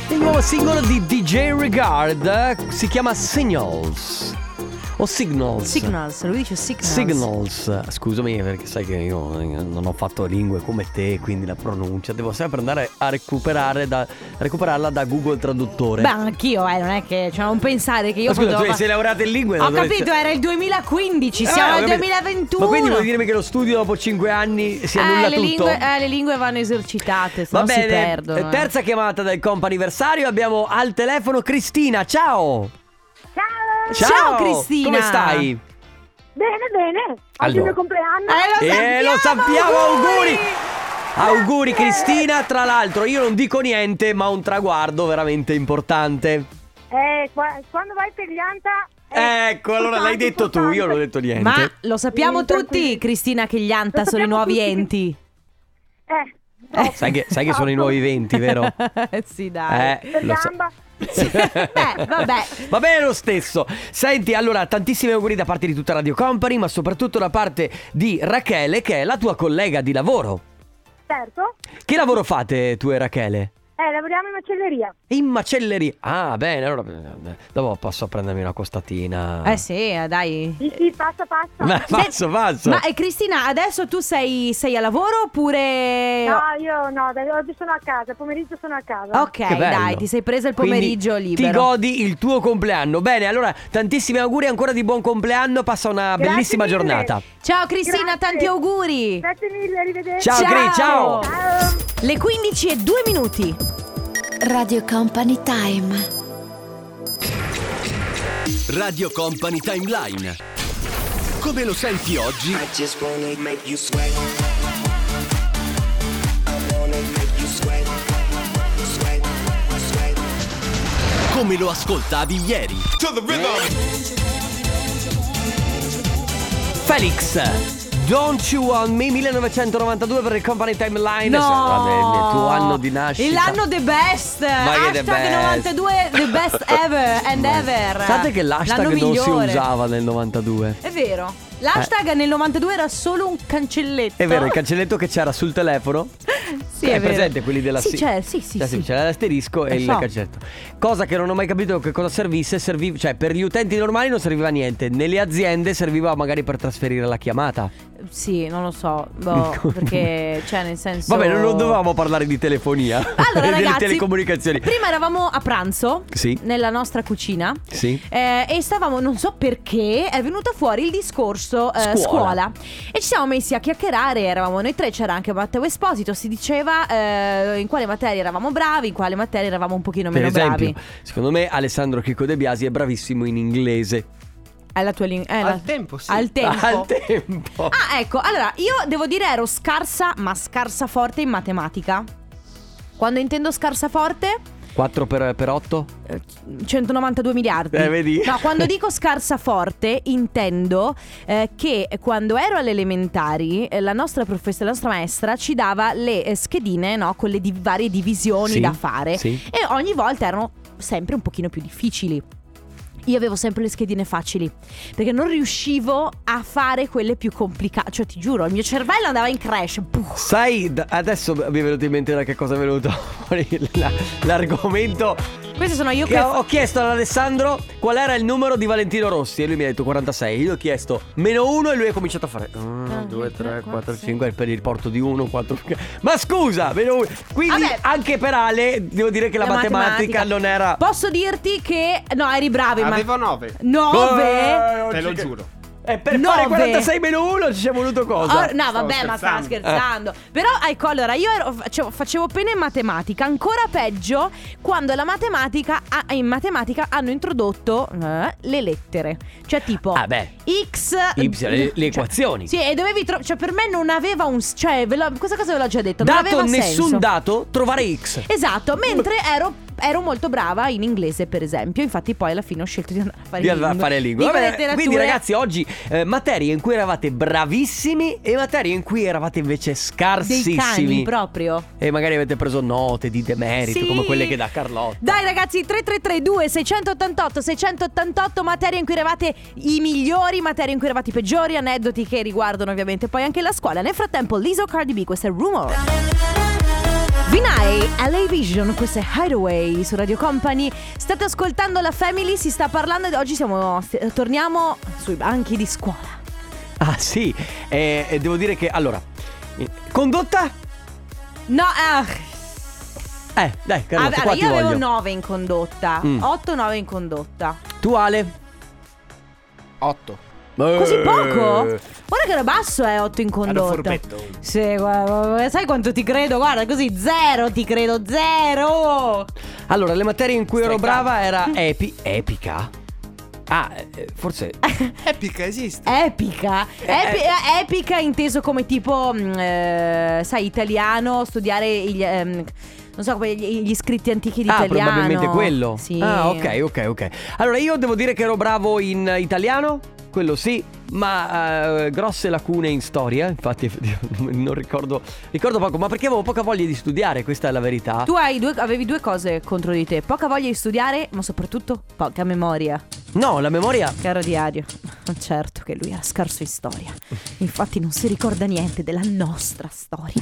Speaker 1: Il nuovo singolo di DJ Regard eh, si chiama Signals. O Signals.
Speaker 2: Signals, lui dice Signals.
Speaker 1: Signals, scusami perché sai che io eh, non ho fatto lingue come te, quindi la pronuncia devo sempre andare a recuperare da, recuperarla da Google Traduttore.
Speaker 2: Beh, anch'io, eh, non è che cioè, non pensare che io
Speaker 1: Ma scusa,
Speaker 2: potevo
Speaker 1: tu
Speaker 2: fa-
Speaker 1: sei laureata in lingue?
Speaker 2: Ho
Speaker 1: da dove-
Speaker 2: capito, era il 2015,
Speaker 1: Eh,
Speaker 2: siamo
Speaker 1: ho
Speaker 2: al
Speaker 1: capito.
Speaker 2: 2021.
Speaker 1: Ma quindi vuol dirmi che lo studio dopo 5 anni si annulla
Speaker 2: eh, le
Speaker 1: tutto?
Speaker 2: lingue, eh, le lingue vanno esercitate, se
Speaker 1: Va
Speaker 2: no si
Speaker 1: bene,
Speaker 2: perdono.
Speaker 1: eh,
Speaker 2: eh.
Speaker 1: terza chiamata del comp anniversario, abbiamo al telefono Cristina, ciao!
Speaker 4: Ciao!
Speaker 1: Ciao,
Speaker 2: Cristina.
Speaker 1: Come stai?
Speaker 4: Bene, bene. Oggi è
Speaker 1: Allora.
Speaker 4: il mio compleanno.
Speaker 2: Eh,
Speaker 1: Eh,
Speaker 2: lo sappiamo,
Speaker 1: lo sappiamo, auguri! Auguri
Speaker 4: Grazie.
Speaker 1: Cristina, tra l'altro io non dico niente ma un traguardo veramente importante.
Speaker 4: Eh, qua- quando vai per Lianta... eh,
Speaker 1: Ecco, allora l'hai
Speaker 4: importante,
Speaker 1: detto tu, io non ho
Speaker 4: importante.
Speaker 1: detto niente.
Speaker 2: Ma lo sappiamo
Speaker 4: Sì,
Speaker 2: tutti,
Speaker 4: tranquilli.
Speaker 2: Cristina, che gli Anta
Speaker 4: Lo
Speaker 2: sono i
Speaker 4: sappiamo
Speaker 2: nuovi
Speaker 4: tutti.
Speaker 2: enti.
Speaker 4: Eh,
Speaker 2: Eh,
Speaker 1: Sai che, sai che sono i nuovi 20, vero?
Speaker 2: sì, dai.
Speaker 1: Eh,
Speaker 4: per
Speaker 1: lo so.
Speaker 4: gamba.
Speaker 2: Sì, beh, vabbè.
Speaker 1: Va bene lo stesso. Senti, allora, tantissimi auguri da parte di tutta Radio Company, ma soprattutto da parte di Rachele, che è la tua collega di lavoro.
Speaker 4: Certo.
Speaker 1: Che lavoro fate tu e Rachele?
Speaker 4: Eh, lavoriamo in macelleria.
Speaker 1: In macelleria. Ah, bene, allora eh, dopo passo a prendermi una costatina.
Speaker 2: Eh sì, eh, dai.
Speaker 4: Sì, sì, passa, passa.
Speaker 1: Ma, pazzo, pazzo.
Speaker 2: Ma eh, Cristina, adesso tu sei, sei a lavoro oppure...
Speaker 4: No, io no, dai, oggi sono a casa, pomeriggio sono a casa.
Speaker 1: Che
Speaker 2: Ok,
Speaker 1: bello.
Speaker 2: dai, ti sei presa il
Speaker 1: Quindi
Speaker 2: pomeriggio libero.
Speaker 1: Ti godi il tuo compleanno. Bene, allora tantissimi auguri ancora di buon compleanno. Passa una
Speaker 4: Grazie
Speaker 1: bellissima
Speaker 4: mille.
Speaker 1: giornata.
Speaker 2: Ciao Cristina,
Speaker 4: Grazie.
Speaker 2: tanti auguri.
Speaker 4: Grazie mille, arrivederci.
Speaker 1: Ciao, Cri, ciao.
Speaker 4: Ciao.
Speaker 2: Le 15 e 2 minuti.
Speaker 6: Radio Company Time.
Speaker 3: Radio Company Timeline. Come lo senti oggi? Come lo ascoltavi ieri?
Speaker 1: Felix. Don't You Want Me 1992 per il Company Timeline.
Speaker 2: No.
Speaker 1: Vabbè, il tuo anno di nascita.
Speaker 2: L'anno the best.
Speaker 1: che the
Speaker 2: hashtag
Speaker 1: best.
Speaker 2: 92 the best ever and ever.
Speaker 1: Sapete che l'hashtag
Speaker 2: L'anno
Speaker 1: non si
Speaker 2: migliore.
Speaker 1: usava nel 92?
Speaker 2: È vero. L'hashtag nel 92 era solo un cancelletto.
Speaker 1: È vero, il cancelletto che c'era sul telefono.
Speaker 2: Sì,
Speaker 1: è
Speaker 2: è vero.
Speaker 1: presente quelli della
Speaker 2: Sì,
Speaker 1: si-
Speaker 2: c'è, sì, sì,
Speaker 1: Cioè,
Speaker 2: sì.
Speaker 1: c'era l'asterisco e
Speaker 2: Lo
Speaker 1: il
Speaker 2: so.
Speaker 1: cancelletto. Cosa che non ho mai capito che cosa servisse, serviva, cioè per gli utenti normali non serviva a niente, nelle aziende serviva magari per trasferire la chiamata.
Speaker 2: Sì, non lo so. boh, perché, cioè, nel senso.
Speaker 1: Vabbè, non dovevamo parlare di telefonia
Speaker 2: Allora,
Speaker 1: e delle
Speaker 2: ragazzi,
Speaker 1: telecomunicazioni.
Speaker 2: Prima eravamo a pranzo
Speaker 1: Sì.
Speaker 2: nella nostra cucina.
Speaker 1: Sì.
Speaker 2: eh, e stavamo, non so perché, è venuto fuori il discorso eh,
Speaker 1: Scuola.
Speaker 2: scuola. E ci siamo messi a chiacchierare, eravamo noi tre, c'era anche Matteo Esposito, si diceva eh, in quale materia eravamo bravi, in quale materia eravamo un pochino
Speaker 1: Per
Speaker 2: meno
Speaker 1: esempio,
Speaker 2: bravi.
Speaker 1: secondo me Alessandro Chicco De Biasi è bravissimo in inglese.
Speaker 2: È la tua lingua.
Speaker 7: Al tempo, sì.
Speaker 2: Al tempo.
Speaker 1: Al tempo.
Speaker 2: Ah, ecco, allora io devo dire ero scarsa, ma scarsa forte in matematica. Quando intendo scarsa forte,
Speaker 1: 4 per, 8?
Speaker 2: eh, 192 miliardi.
Speaker 1: Eh, vedi?
Speaker 2: No, quando dico scarsa forte intendo eh, che quando ero alle elementari eh, la nostra professoressa, la nostra maestra ci dava le eh, schedine no, con le di- varie divisioni
Speaker 1: Sì,
Speaker 2: da fare
Speaker 1: sì.
Speaker 2: e ogni volta erano sempre un pochino più difficili. Io avevo sempre le schedine facili perché non riuscivo a fare quelle più complicate, cioè ti giuro, il mio cervello andava in crash. Puh.
Speaker 1: Sai, d- adesso mi è venuto in mente da che cosa è venuto fuori la- l'argomento.
Speaker 2: Queste sono io
Speaker 1: Che
Speaker 2: che
Speaker 1: ho, ho chiesto ad Alessandro qual era il numero di Valentino Rossi e lui mi ha detto 46. Io gli ho chiesto meno 1 e lui ha cominciato a fare "Ah,
Speaker 2: Ah,
Speaker 1: 1, 2, 3, 4, 5 per il riporto di 1, 4. Ma scusa, meno 1. Quindi
Speaker 2: Vabbè.
Speaker 1: anche per Ale devo dire che la, matematica, non era...
Speaker 2: Posso dirti che no, eri bravo in
Speaker 7: Avevo 9.
Speaker 2: 9
Speaker 1: Eh,
Speaker 7: Te lo
Speaker 1: ci-
Speaker 7: giuro.
Speaker 1: E per
Speaker 2: Nove.
Speaker 1: fare 46 meno 1 ci è voluto cosa? Eh.
Speaker 2: Or- no, vabbè, ma stava scherzando. Però, ecco, allora, io ero- facevo, facevo pena in matematica. Ancora peggio quando la matematica ha- in matematica hanno introdotto eh, le lettere. Cioè, tipo
Speaker 1: Ah, beh.
Speaker 2: X.
Speaker 1: Y, le, le
Speaker 2: Cioè,
Speaker 1: equazioni.
Speaker 2: sì, e dovevi trovare. Cioè, per me non aveva un. s- Cioè, ve l'ho- questa cosa ve l'ho già detto. non
Speaker 1: Dato
Speaker 2: aveva
Speaker 1: nessun
Speaker 2: senso.
Speaker 1: dato, trovare X.
Speaker 2: Esatto, mentre ero, ero molto brava in inglese, per esempio. Infatti, poi alla fine ho scelto di andare a fare
Speaker 1: Di andare a fare lingua.
Speaker 2: Lingua e
Speaker 1: Vabbè, quindi
Speaker 2: letterature.
Speaker 1: ragazzi oggi eh, materie in cui eravate bravissimi e materie in cui eravate invece
Speaker 2: dei
Speaker 1: scarsissimi.
Speaker 2: cani proprio.
Speaker 1: E magari avete preso note di demerito
Speaker 2: Sì.
Speaker 1: come quelle che dà Carlotta.
Speaker 2: Dai ragazzi, 3332 688 688 materie in cui eravate i migliori, materie in cui eravate i peggiori, aneddoti che riguardano ovviamente poi anche la scuola. Nel frattempo Lizzo Cardi B, questo è Rumor. Vinai, LA Vision, questo è Hideaway su Radio Company. State ascoltando la Family, si sta parlando ed oggi siamo st- torniamo sui banchi di scuola.
Speaker 1: Ah sì, eh, eh, devo dire che allora, eh, condotta?
Speaker 2: No, ah,
Speaker 1: Eh, dai Carlotta,
Speaker 2: vabbè,
Speaker 1: qua
Speaker 2: allora,
Speaker 1: ti
Speaker 2: io avevo
Speaker 1: voglio.
Speaker 2: 9 in condotta,
Speaker 1: Mm.
Speaker 2: 8-9 in condotta.
Speaker 1: Tu Ale?
Speaker 7: 8.
Speaker 2: Così
Speaker 1: Eh.
Speaker 2: poco? Guarda che era basso, è 8 in condotta. Sì, guarda, sai quanto ti credo? Guarda, così zero ti credo, zero.
Speaker 1: Allora, le materie in cui ero brava era epi- epica. Ah, eh, forse
Speaker 7: Epica esiste.
Speaker 2: Epica. Epi-
Speaker 1: eh.
Speaker 2: Epica inteso come tipo, mh, eh, sai, italiano, studiare gli... ehm, non so, come gli gli scritti antichi di
Speaker 1: ah,
Speaker 2: italiano.
Speaker 1: probabilmente quello.
Speaker 2: Sì.
Speaker 1: Ah, ok, ok, ok. Allora, io devo dire che ero bravo in italiano, quello sì, ma eh, grosse lacune in storia, infatti effettivamente non ricordo ricordo poco, ma perché avevo poca voglia di studiare, questa è la verità.
Speaker 2: Tu hai due- avevi due cose contro di te. Poca voglia di studiare, ma soprattutto poca memoria.
Speaker 1: No, la memoria
Speaker 2: Caro diario, certo che lui era scarso in storia. Infatti non si ricorda niente della nostra storia.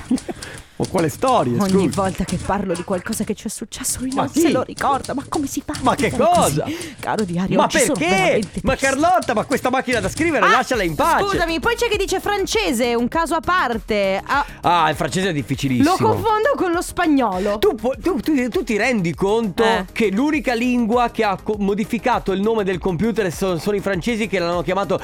Speaker 1: o quale storie?
Speaker 2: Ogni
Speaker 1: scusi?
Speaker 2: volta che parlo di qualcosa che ci è successo lui
Speaker 1: Ma
Speaker 2: non
Speaker 1: chi?
Speaker 2: se lo ricorda. Ma come si fa? a
Speaker 1: Ma che
Speaker 2: fare così?
Speaker 1: cosa?
Speaker 2: Caro diario,
Speaker 1: Ma
Speaker 2: oggi sono
Speaker 1: perché?
Speaker 2: veramente
Speaker 1: Ma
Speaker 2: triste.
Speaker 1: Carlotta, ma questa macchina da scrivere,
Speaker 2: Ah,
Speaker 1: lasciala in pace.
Speaker 2: Scusami, poi c'è chi dice francese, un caso a parte. Ah,
Speaker 1: Ah, il francese è
Speaker 2: lo
Speaker 1: difficilissimo.
Speaker 2: confondo con lo spagnolo.
Speaker 1: Tu, pu- tu- tu- tu ti rendi conto
Speaker 2: Eh.
Speaker 1: che l'unica lingua che ha co- modificato il nome del computer so- sono i francesi che l'hanno chiamato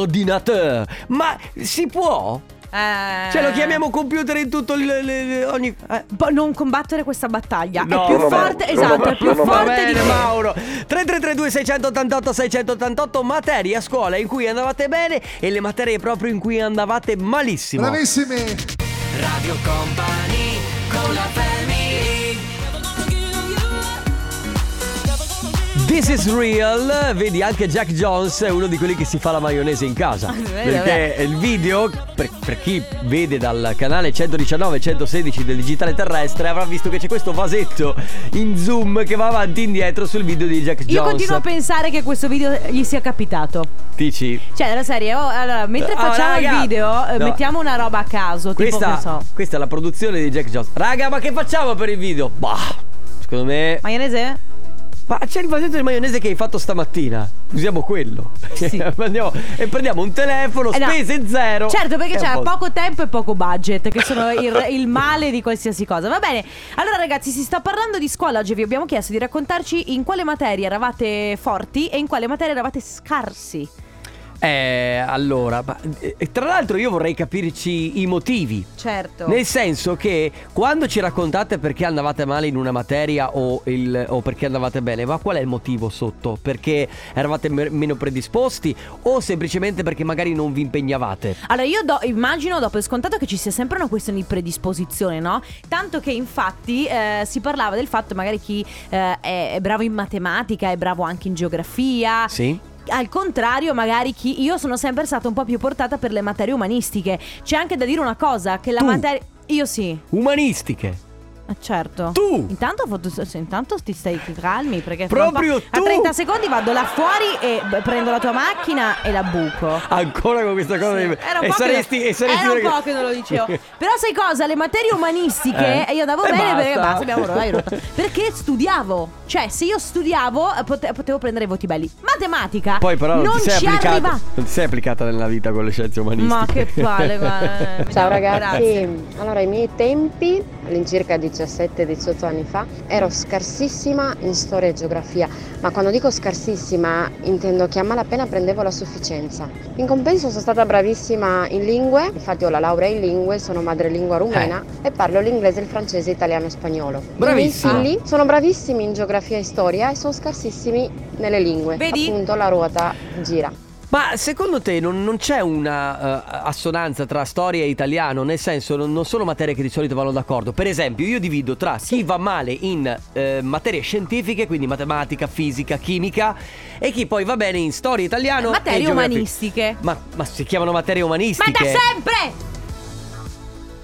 Speaker 1: ordinateur. Ma si può?
Speaker 2: Eh.
Speaker 1: Cioè lo chiamiamo computer in tutto il... il- il- ogni... eh.
Speaker 2: Bo- non combattere questa battaglia.
Speaker 1: No,
Speaker 2: Ah, è più
Speaker 1: vabbè,
Speaker 2: forte, esatto, è più
Speaker 1: Va
Speaker 2: forte
Speaker 1: bene,
Speaker 2: di te.
Speaker 1: Mauro 3332 688 688 materie a scuola in cui andavate bene e le materie proprio in cui andavate malissimo
Speaker 8: Bravissimi!
Speaker 3: Radio Company con la family
Speaker 1: This is real, vedi anche Jack Jones è uno di quelli che si fa la maionese in
Speaker 2: Ah,
Speaker 1: casa.
Speaker 2: Vero,
Speaker 1: perché il video, per, per chi vede dal canale 119-116 del digitale terrestre, avrà visto che c'è questo vasetto in zoom che va avanti e indietro sul video di Jack
Speaker 2: Io
Speaker 1: Jones.
Speaker 2: continuo a pensare che questo video gli sia capitato.
Speaker 1: Dici?
Speaker 2: Cioè, la serie, oh, allora, mentre
Speaker 1: Ah,
Speaker 2: facciamo
Speaker 1: raga,
Speaker 2: il video, eh,
Speaker 1: no.
Speaker 2: mettiamo una roba a caso. tipo,
Speaker 1: Questa,
Speaker 2: che so.
Speaker 1: questa è la produzione di Jack Jones. Raga, ma che facciamo per il video? Bah, secondo me.
Speaker 2: Maionese?
Speaker 1: Ma c'è il vasetto di maionese che hai fatto stamattina. Usiamo quello.
Speaker 2: Sì.
Speaker 1: Andiamo- e prendiamo un telefono,
Speaker 2: Eh, no.
Speaker 1: spese zero.
Speaker 2: Certo, perché
Speaker 1: E
Speaker 2: c'è
Speaker 1: a posto.
Speaker 2: poco tempo e poco budget, che sono il, il male di qualsiasi cosa. Va bene. Allora, ragazzi, si sta parlando di scuola oggi. Vi abbiamo chiesto di raccontarci in quale materia eravate forti e in quale materia eravate scarsi.
Speaker 1: Eh, allora, ma- eh, tra l'altro io vorrei capirci i motivi.
Speaker 2: Certo.
Speaker 1: Nel senso che quando ci raccontate perché andavate male in una materia o, il- o perché andavate bene, ma qual è il motivo sotto? Perché eravate me- meno predisposti o semplicemente perché magari non vi impegnavate?
Speaker 2: Allora, io do- immagino dopo scontato che ci sia sempre una questione di predisposizione, no? Tanto che infatti eh, si parlava del fatto magari chi eh, è, è bravo in matematica, è bravo anche in geografia.
Speaker 1: Sì?
Speaker 2: Al contrario, magari chi. Io sono sempre stata un po' più portata per le materie umanistiche. C'è anche da dire una cosa: che la
Speaker 1: Tu?
Speaker 2: materia. Io sì,
Speaker 1: Umanistiche.
Speaker 2: eh, certo.
Speaker 1: Tu?
Speaker 2: Intanto, ho fatto- se- intanto ti stai ti calmi perché. fra un
Speaker 1: Proprio
Speaker 2: po'- A
Speaker 1: tu?
Speaker 2: 30 secondi vado là fuori e beh, prendo la tua macchina e la buco.
Speaker 1: Ancora con questa cosa
Speaker 2: Sì,
Speaker 1: di-
Speaker 2: era un
Speaker 1: e,
Speaker 2: po' che-
Speaker 1: saresti, e saresti
Speaker 2: era un
Speaker 1: una-
Speaker 2: po' che non lo dicevo. Però sai cosa? Le materie umanistiche
Speaker 1: Eh.
Speaker 2: io andavo
Speaker 1: E
Speaker 2: bene
Speaker 1: basta.
Speaker 2: perché basta, abbiamo rotto, hai rotto. Perché studiavo. Cioè, se io studiavo eh, pote- potevo prendere voti belli. Matematica
Speaker 1: Poi però non,
Speaker 2: non
Speaker 1: ti sei
Speaker 2: ci
Speaker 1: applicata.
Speaker 2: arriva.
Speaker 1: Non ti sei applicata nella vita con le scienze umanistiche.
Speaker 2: Ma che palle, guarda. eh, Grazie.
Speaker 9: Ciao ragazzi, allora ai miei tempi, all'incirca 17-18 anni fa, ero scarsissima in storia e geografia, ma quando dico scarsissima intendo che a malapena prendevo la sufficienza. In compenso sono stata bravissima in lingue, infatti ho la laurea in lingue, sono madrelingua rumena
Speaker 2: Eh.
Speaker 9: e parlo l'inglese, il francese, italiano e spagnolo.
Speaker 1: Bravissima.
Speaker 9: I miei figli sono bravissimi in geografia e storia e sono scarsissimi nelle lingue.
Speaker 2: Vedi?
Speaker 9: Appunto la ruota gira.
Speaker 1: Ma secondo te non, non c'è una eh, assonanza tra storia e italiano? Nel senso, non, non sono materie che di solito vanno d'accordo. Per esempio, io divido tra chi va male in eh, materie scientifiche, quindi matematica, fisica, chimica, e chi poi va bene in storia italiano. e
Speaker 2: Materie
Speaker 1: geografia.
Speaker 2: umanistiche.
Speaker 1: Ma, ma si chiamano materie
Speaker 2: Ma da
Speaker 1: umanistiche?
Speaker 2: sempre!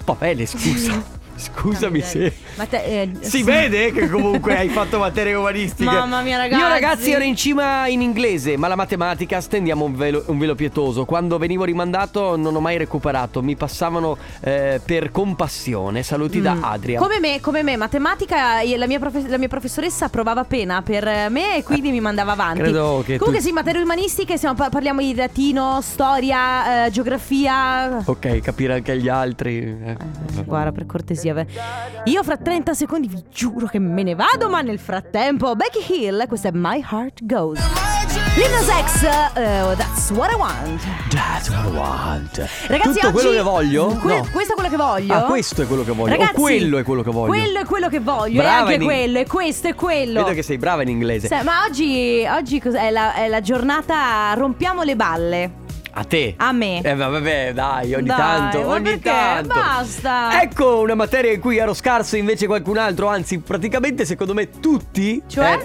Speaker 1: Va bene, scusa. Scusami se.
Speaker 2: Ma te- eh,
Speaker 1: Si
Speaker 2: sì.
Speaker 1: vede che comunque hai fatto materie umanistiche.
Speaker 2: Mamma mia, ragazzi.
Speaker 1: Io, ragazzi, ero in cima in inglese, ma la matematica stendiamo un velo, un velo pietoso. Quando venivo rimandato, non ho mai recuperato. Mi passavano eh, per compassione. Saluti da
Speaker 2: Mm.
Speaker 1: Adria.
Speaker 2: Come me, come me, matematica, io- la mia, profe- la mia professoressa provava pena per eh, me e quindi mi mandava avanti.
Speaker 1: Credo che
Speaker 2: Comunque
Speaker 1: tu-
Speaker 2: sì, materie umanistiche, stiamo par- parliamo di latino, storia, eh, geografia.
Speaker 1: Ok, capire anche gli altri. eh.
Speaker 2: Eh, Guarda, per cortesia. ve- Io fra 30 secondi vi giuro che me ne vado, ma nel frattempo Becky Hill, questa è My Heart Goes. Lino Sex, oh, That's What I Want.
Speaker 1: That's what I want.
Speaker 2: Ragazzi,
Speaker 1: Tutto
Speaker 2: oggi-
Speaker 1: quello che voglio?
Speaker 2: Que-
Speaker 1: No.
Speaker 2: Questo è quello che voglio.
Speaker 1: Ah, questo è quello che voglio. O
Speaker 2: Ragazzi,
Speaker 1: quello è quello che voglio.
Speaker 2: Quello è quello che voglio.
Speaker 1: Brava,
Speaker 2: e anche
Speaker 1: Eni.
Speaker 2: quello, e questo è quello.
Speaker 1: Vedo che sei brava in inglese.
Speaker 2: Sai, ma oggi, oggi cos- è, la, è la giornata Rompiamo le balle.
Speaker 1: A te.
Speaker 2: A me.
Speaker 1: Eh va- vabbè, dai, ogni
Speaker 2: Dai,
Speaker 1: tanto,
Speaker 2: ma
Speaker 1: ogni
Speaker 2: perché?
Speaker 1: tanto.
Speaker 2: Basta.
Speaker 1: Ecco una materia in cui ero scarso invece qualcun altro, anzi, praticamente secondo me tutti eh,
Speaker 2: Cioè?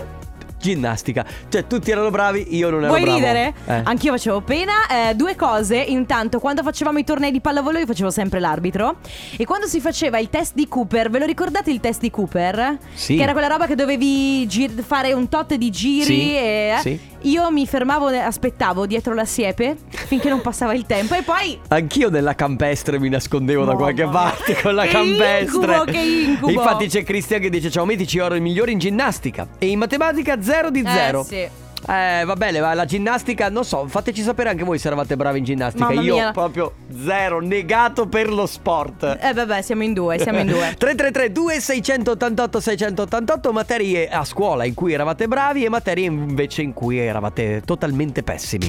Speaker 1: ginnastica. Cioè tutti erano bravi, io non ero
Speaker 2: Vuoi
Speaker 1: bravo.
Speaker 2: ridere?
Speaker 1: Eh.
Speaker 2: Anch'io facevo pena. eh, due cose. Intanto, quando facevamo i tornei di pallavolo, io facevo sempre l'arbitro. E quando si faceva il test di Cooper, ve lo ricordate il test di Cooper?
Speaker 1: Sì.
Speaker 2: Che era quella roba che dovevi gir- fare un tot di giri.
Speaker 1: Sì,
Speaker 2: e- eh,
Speaker 1: sì.
Speaker 2: Io mi fermavo, e aspettavo dietro la siepe finché non passava il tempo e poi...
Speaker 1: Anch'io nella campestre mi nascondevo da
Speaker 2: Mamma
Speaker 1: qualche
Speaker 2: mia.
Speaker 1: parte con la
Speaker 2: Che
Speaker 1: campestre.
Speaker 2: incubo, che incubo.
Speaker 1: Infatti c'è Cristian che dice: Ciao, mitici, ero il migliore in ginnastica. E in matematica zero di zero.
Speaker 2: Eh sì.
Speaker 1: Eh, va bene, ma la ginnastica, non so, fateci sapere anche voi se eravate bravi in ginnastica.
Speaker 2: Mamma
Speaker 1: Io
Speaker 2: mia.
Speaker 1: proprio zero, negato per lo sport.
Speaker 2: Eh vabbè, siamo in due, siamo in due.
Speaker 1: 333 2688 688 materie a scuola in cui eravate bravi e materie invece in cui eravate totalmente pessimi.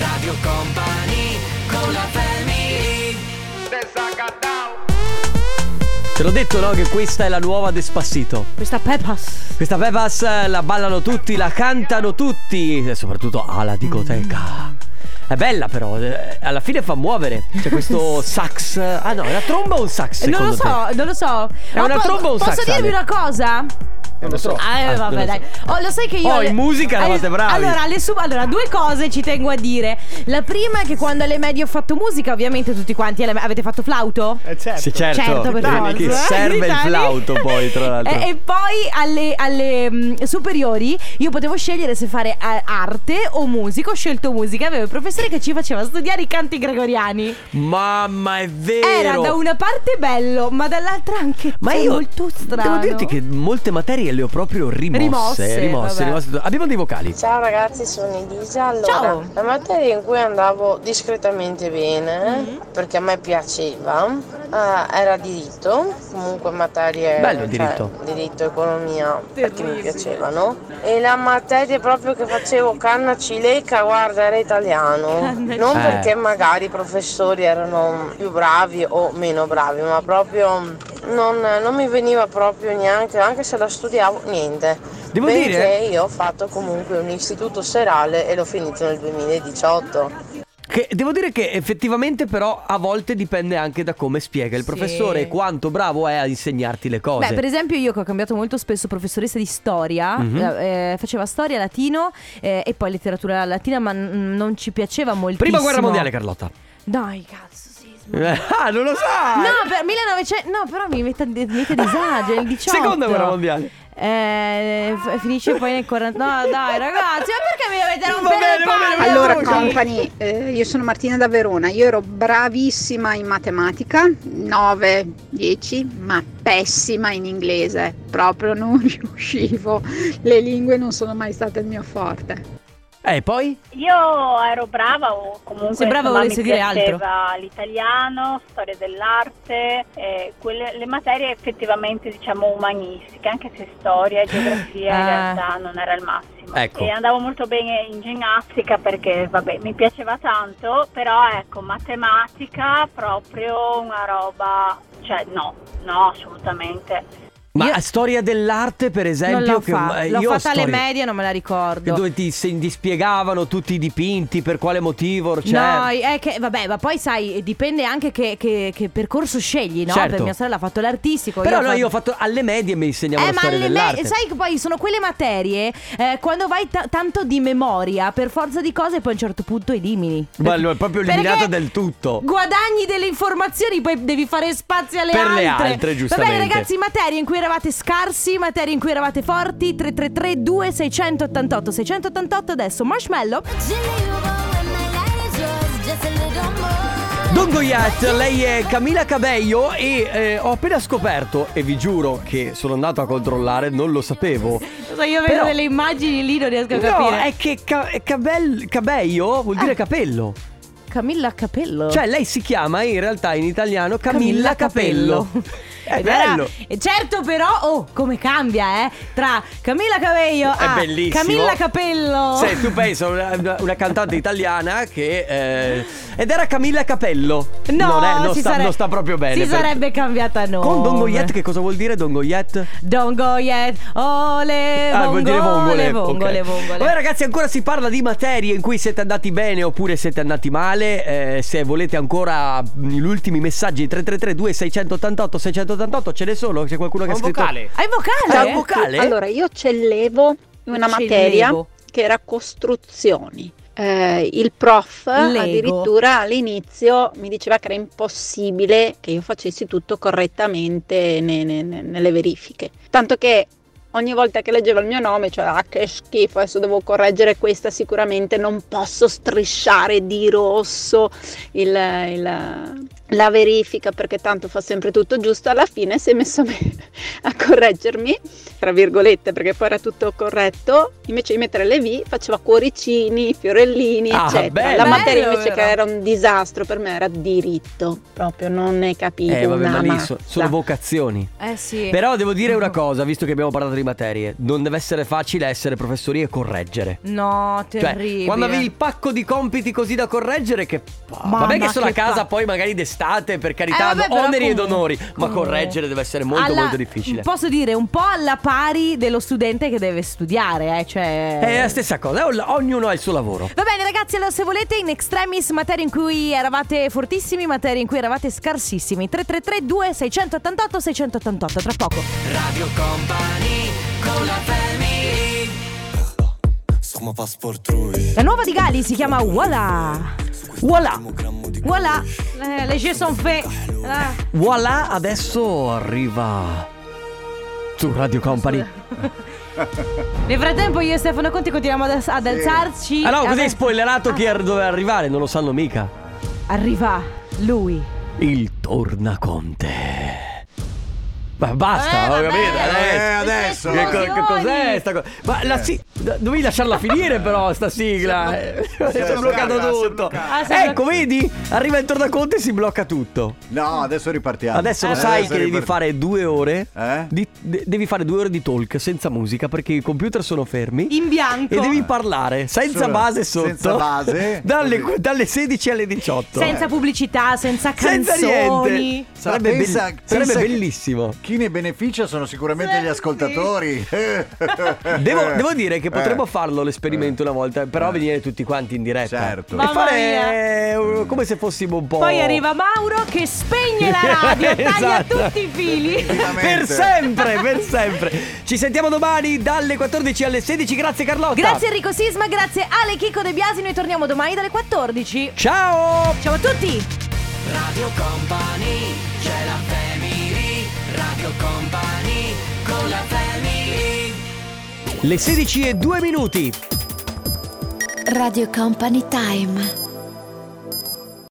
Speaker 10: Radio Company con la family
Speaker 1: Te l'ho detto no che questa è la nuova Despassito.
Speaker 2: Questa Peppa
Speaker 1: Questa Pepas eh, la ballano tutti, la cantano tutti e soprattutto alla
Speaker 2: Mm.
Speaker 1: dicoteca. È bella però, eh, alla fine fa muovere. C'è questo sax. Ah no, è una tromba o un sax?
Speaker 2: Non lo
Speaker 1: secondo
Speaker 2: so, non lo so.
Speaker 1: È
Speaker 2: Ma
Speaker 1: una tromba o un
Speaker 2: Posso
Speaker 1: sax, Ale?
Speaker 2: dirvi una cosa?
Speaker 1: te? Non lo so.
Speaker 2: Ah, eh, vabbè, dai. Oh, lo sai che io.
Speaker 1: Oh,
Speaker 2: alle-
Speaker 1: in musica
Speaker 2: alle-
Speaker 1: eravate bravi.
Speaker 2: Allora, alle sub- allora, due cose ci tengo a dire. La prima è che quando alle medie ho fatto musica, ovviamente tutti quanti alle- avete fatto flauto?
Speaker 5: Eh, certo.
Speaker 1: Sì, certo.
Speaker 2: Certo, per
Speaker 1: Che-
Speaker 2: forza.
Speaker 1: Che
Speaker 2: eh,
Speaker 1: serve il
Speaker 2: Vitali.
Speaker 1: flauto poi, tra l'altro.
Speaker 2: E, e poi alle, alle, mh, superiori io potevo scegliere se fare eh, arte o musica. Ho scelto musica. Avevo il professore che ci faceva studiare i canti gregoriani.
Speaker 1: Mamma, è vero.
Speaker 2: Era da una parte bello, ma dall'altra anche cioè,
Speaker 1: Ma io
Speaker 2: molto strano.
Speaker 1: Devo dirti che molte materie le ho proprio rimosse.
Speaker 2: Rimosse,
Speaker 1: rimosse,
Speaker 2: vabbè.
Speaker 1: rimosse. Abbiamo dei vocali.
Speaker 4: Ciao ragazzi, sono Elisa. Allora,
Speaker 2: Ciao.
Speaker 4: la materia in cui andavo discretamente bene, perché a me piaceva, eh, era diritto, comunque materie
Speaker 1: Bello
Speaker 4: cioè,
Speaker 1: diritto.
Speaker 4: diritto, economia, perché mi
Speaker 2: Terribile.
Speaker 4: piacevano. E la materia proprio che facevo canna cileca, guarda, era italiano.
Speaker 2: Canna
Speaker 4: non
Speaker 1: cileca.
Speaker 4: perché magari i professori erano più bravi o meno bravi, ma proprio non, non mi veniva proprio neanche, anche se la studiavo, niente.
Speaker 1: Devo
Speaker 4: Benché
Speaker 1: dire-
Speaker 4: io ho fatto comunque un istituto serale e l'ho finito nel 2018.
Speaker 1: Che devo dire che effettivamente però a volte dipende anche da come spiega il
Speaker 2: Sì.
Speaker 1: professore e quanto bravo è a insegnarti le cose.
Speaker 2: Beh, per esempio, io che ho cambiato molto spesso professoressa di storia,
Speaker 1: Mhm.
Speaker 2: eh, eh, faceva storia, latino eh, e poi letteratura latina, ma n- non ci piaceva moltissimo.
Speaker 1: Prima guerra mondiale, Carlotta.
Speaker 2: Dai, cazzo, sì. sm-
Speaker 1: ah, non lo sa!
Speaker 2: No, per 1900. No, però mi mette, mi mette disagio. Il 18.
Speaker 1: Seconda guerra mondiale.
Speaker 2: Eh, f- finisce poi nel 40. No, dai, ragazzi, ma perché mi dovete
Speaker 1: Va
Speaker 2: rompere
Speaker 1: bene,
Speaker 2: le
Speaker 1: va bene,
Speaker 2: palle?
Speaker 1: va bene.
Speaker 11: Allora,
Speaker 1: Allora,
Speaker 11: company, eh, io sono Martina da Verona. Io ero bravissima in matematica, 9, 10, ma pessima in inglese. Proprio non riuscivo. Le lingue non sono mai state il mio forte.
Speaker 1: E Eh, poi?
Speaker 3: Io ero brava o comunque
Speaker 2: Sembrava
Speaker 3: insomma,
Speaker 2: volesse
Speaker 3: mi
Speaker 2: dire altro.
Speaker 3: piaceva l'italiano, storia dell'arte, eh, quelle- le materie effettivamente diciamo umanistiche, anche se storia e geografia in
Speaker 2: Ah.
Speaker 3: realtà non era il massimo.
Speaker 1: Ecco.
Speaker 3: E andavo molto bene in ginnastica perché vabbè mi piaceva tanto, però ecco matematica proprio una roba, cioè no, no assolutamente.
Speaker 1: Ma
Speaker 2: Io-
Speaker 1: la storia dell'arte, per esempio,
Speaker 2: Non l'ho,
Speaker 1: che
Speaker 2: fa-
Speaker 1: eh,
Speaker 2: l'ho
Speaker 1: io ho
Speaker 2: fatta alle
Speaker 1: storie-
Speaker 2: medie, non me la
Speaker 1: che
Speaker 2: ricordo.
Speaker 1: dove ti, se- ti spiegavano tutti i dipinti, per quale motivo, cioè...
Speaker 2: No, è eh, che vabbè, ma poi sai, dipende anche che, che- che percorso scegli, no?
Speaker 1: Certo.
Speaker 2: Per mia sorella ha fatto l'artistico.
Speaker 1: Però no,
Speaker 2: fatto-
Speaker 1: io ho fatto alle medie mi insegnavo
Speaker 2: Eh,
Speaker 1: la
Speaker 2: ma
Speaker 1: storia
Speaker 2: alle me-
Speaker 1: dell'arte.
Speaker 2: sai che poi sono quelle materie eh, quando vai ta- tanto di memoria, per forza di cose, poi a un certo punto elimini.
Speaker 1: Ma lo è proprio eliminata
Speaker 2: Perché
Speaker 1: del tutto.
Speaker 2: Guadagni delle informazioni, poi devi fare spazio alle
Speaker 1: Per
Speaker 2: altre.
Speaker 1: le altre, giustamente.
Speaker 2: Va bene, ragazzi, materie in cui eravate scarsi, materie in cui eravate forti. 333 2688 688 adesso marshmallow.
Speaker 1: Don Goyat, lei è Camila Cabello e eh, ho appena scoperto, e vi giuro che sono andato a controllare, non lo sapevo.
Speaker 2: Lo so, io vedo
Speaker 1: Però-
Speaker 2: delle immagini lì, non riesco a
Speaker 1: No,
Speaker 2: capire.
Speaker 1: è che ca- cabel- Cabello vuol dire
Speaker 2: Ah.
Speaker 1: capello.
Speaker 2: Camilla Capello.
Speaker 1: Cioè lei si chiama in realtà in italiano Camilla, Capello. È
Speaker 2: Ed era-
Speaker 1: bello.
Speaker 2: e certo però, oh, come cambia, eh? Tra Camilla Cabello
Speaker 1: È
Speaker 2: a
Speaker 1: bellissimo.
Speaker 2: Ah, Camilla Capello.
Speaker 1: Sì, tu pensi una, una- una cantante italiana che... eh, ed era Camilla Capello.
Speaker 2: No,
Speaker 1: non, è- non
Speaker 2: si
Speaker 1: sta,
Speaker 2: sare-
Speaker 1: non sta proprio bene.
Speaker 2: Si
Speaker 1: per-
Speaker 2: sarebbe cambiata nome.
Speaker 1: Con Don Goyat che cosa vuol dire Don Goyat?
Speaker 2: Don't go yet. Ole,
Speaker 1: Ah, vuol dire
Speaker 2: Eh,
Speaker 1: vongole,
Speaker 2: vongole, vongole,
Speaker 1: ok.
Speaker 2: vongole.
Speaker 1: Vabbè, ragazzi, ancora si parla di materie in cui siete andati bene oppure siete andati male. Eh, se volete ancora mh, gli ultimi messaggi 3332 688 688 ce ne sono, c'è qualcuno che ha
Speaker 5: Un
Speaker 1: scritto
Speaker 5: vocale.
Speaker 2: Hai
Speaker 1: Ah,
Speaker 2: vocale?
Speaker 1: un vocale?
Speaker 11: Allora, io cellevo
Speaker 2: Cellevo.
Speaker 11: una materia che era costruzioni. Eh, il prof
Speaker 2: Lego.
Speaker 11: addirittura all'inizio mi diceva che era impossibile che io facessi tutto correttamente ne- ne- ne- nelle verifiche. Tanto che ogni volta che leggeva il mio nome, cioè, ah, che schifo, adesso devo correggere questa sicuramente, non posso strisciare di rosso il- il- la verifica perché tanto fa sempre tutto giusto, alla fine si è messo me a correggermi, tra virgolette, perché poi era tutto corretto, invece di mettere le V faceva cuoricini, fiorellini,
Speaker 12: Ah,
Speaker 11: eccetera.
Speaker 12: bello.
Speaker 11: La materia
Speaker 12: Bello
Speaker 11: invece
Speaker 12: era.
Speaker 11: che era un disastro per me era diritto, proprio non ne capivo
Speaker 1: Eh, vabbè,
Speaker 11: una
Speaker 1: ma lì
Speaker 11: mazza.
Speaker 1: so- sono vocazioni.
Speaker 2: Eh sì.
Speaker 1: Però devo dire una cosa, visto che abbiamo parlato di materie, non deve essere facile essere professori e correggere.
Speaker 2: No,
Speaker 1: Cioè,
Speaker 2: terribile.
Speaker 1: quando avevi il pacco di compiti così da correggere, che. pa-
Speaker 2: Mamma,
Speaker 1: vabbè, che sono a
Speaker 2: che
Speaker 1: casa
Speaker 2: pa-
Speaker 1: poi magari d'estate, per carità,
Speaker 2: Eh, vabbè, però
Speaker 1: oneri ed
Speaker 2: comunque-
Speaker 1: onori. Ma
Speaker 2: comunque.
Speaker 1: correggere deve essere molto,
Speaker 2: Alla-
Speaker 1: molto difficile.
Speaker 2: Posso dire un po' alla pari dello studente che deve studiare, eh, cioè...
Speaker 1: È la stessa cosa, eh, ognuno ha il suo lavoro.
Speaker 2: Va bene ragazzi, allora se volete in extremis materie in cui eravate fortissimi, materie in cui eravate scarsissimi. 333 2688 688 tra poco.
Speaker 3: Radio Company con la family Somos pasportrui
Speaker 2: La nuova di Gali si chiama Voilà.
Speaker 1: Voilà.
Speaker 2: Voilà. Eh, les jeux sont faits. Eh,
Speaker 1: Voilà, adesso arriva. Su Radio Company.
Speaker 2: Nel frattempo io e Stefano Conti continuiamo ad, as- ad alzarci.
Speaker 1: Ah no, così
Speaker 2: Eh,
Speaker 1: hai spoilerato chi er- doveva arrivare, non lo sanno mica.
Speaker 2: Arriva lui.
Speaker 1: Il Tornaconte. Ma basta,
Speaker 2: Eh,
Speaker 1: ho
Speaker 2: vabbè,
Speaker 1: capito.
Speaker 2: eh,
Speaker 7: adesso,
Speaker 1: Che, co-
Speaker 7: adesso.
Speaker 1: che cos'è sta cosa? Ma la
Speaker 7: Eh.
Speaker 1: si- d- dovevi lasciarla finire però sta sigla. Eh, Si è
Speaker 7: bloccata,
Speaker 1: bloccato
Speaker 7: si è
Speaker 1: tutto.
Speaker 7: bloccata. Ah, si è
Speaker 1: ecco, vedi? Arriva il Tornaconte e si blocca tutto.
Speaker 13: No, adesso ripartiamo.
Speaker 1: Adesso lo
Speaker 13: Eh,
Speaker 1: sai
Speaker 13: adesso
Speaker 1: che devi
Speaker 13: ripart-
Speaker 1: fare due ore. di- de- devi fare due ore di talk senza musica perché i computer sono fermi.
Speaker 2: In bianco.
Speaker 1: E devi parlare senza
Speaker 13: Solo-
Speaker 1: base sotto.
Speaker 13: senza base.
Speaker 1: Dalle, dalle 16 alle 18.
Speaker 2: Senza pubblicità, senza
Speaker 1: Senza
Speaker 2: canzoni.
Speaker 1: niente. Sarebbe,
Speaker 13: Ma pensa-
Speaker 1: bell- sarebbe
Speaker 13: pensa che-
Speaker 1: bellissimo.
Speaker 13: Chi ne beneficia sono sicuramente gli ascoltatori.
Speaker 1: Devo, devo dire che potremmo
Speaker 13: Eh.
Speaker 1: farlo l'esperimento una volta, però venire tutti quanti in diretta. Eh. Certo. E
Speaker 2: Mamma
Speaker 1: fare eh, un- come se fossimo un po'.
Speaker 2: Poi arriva Mauro che spegne la radio, taglia
Speaker 1: Esatto.
Speaker 2: tutti i fili.
Speaker 1: Per sempre, per sempre. Ci sentiamo domani dalle 14 alle 16. Grazie Carlotta.
Speaker 2: Grazie Enrico Sisma, grazie Ale Chicco De Biasi, noi torniamo domani dalle 14.
Speaker 1: Ciao!
Speaker 2: Ciao a tutti!
Speaker 3: Radio Company c'è la family Radio Company con la family
Speaker 1: Le 16 e 2 minuti.
Speaker 6: Radio Company Time.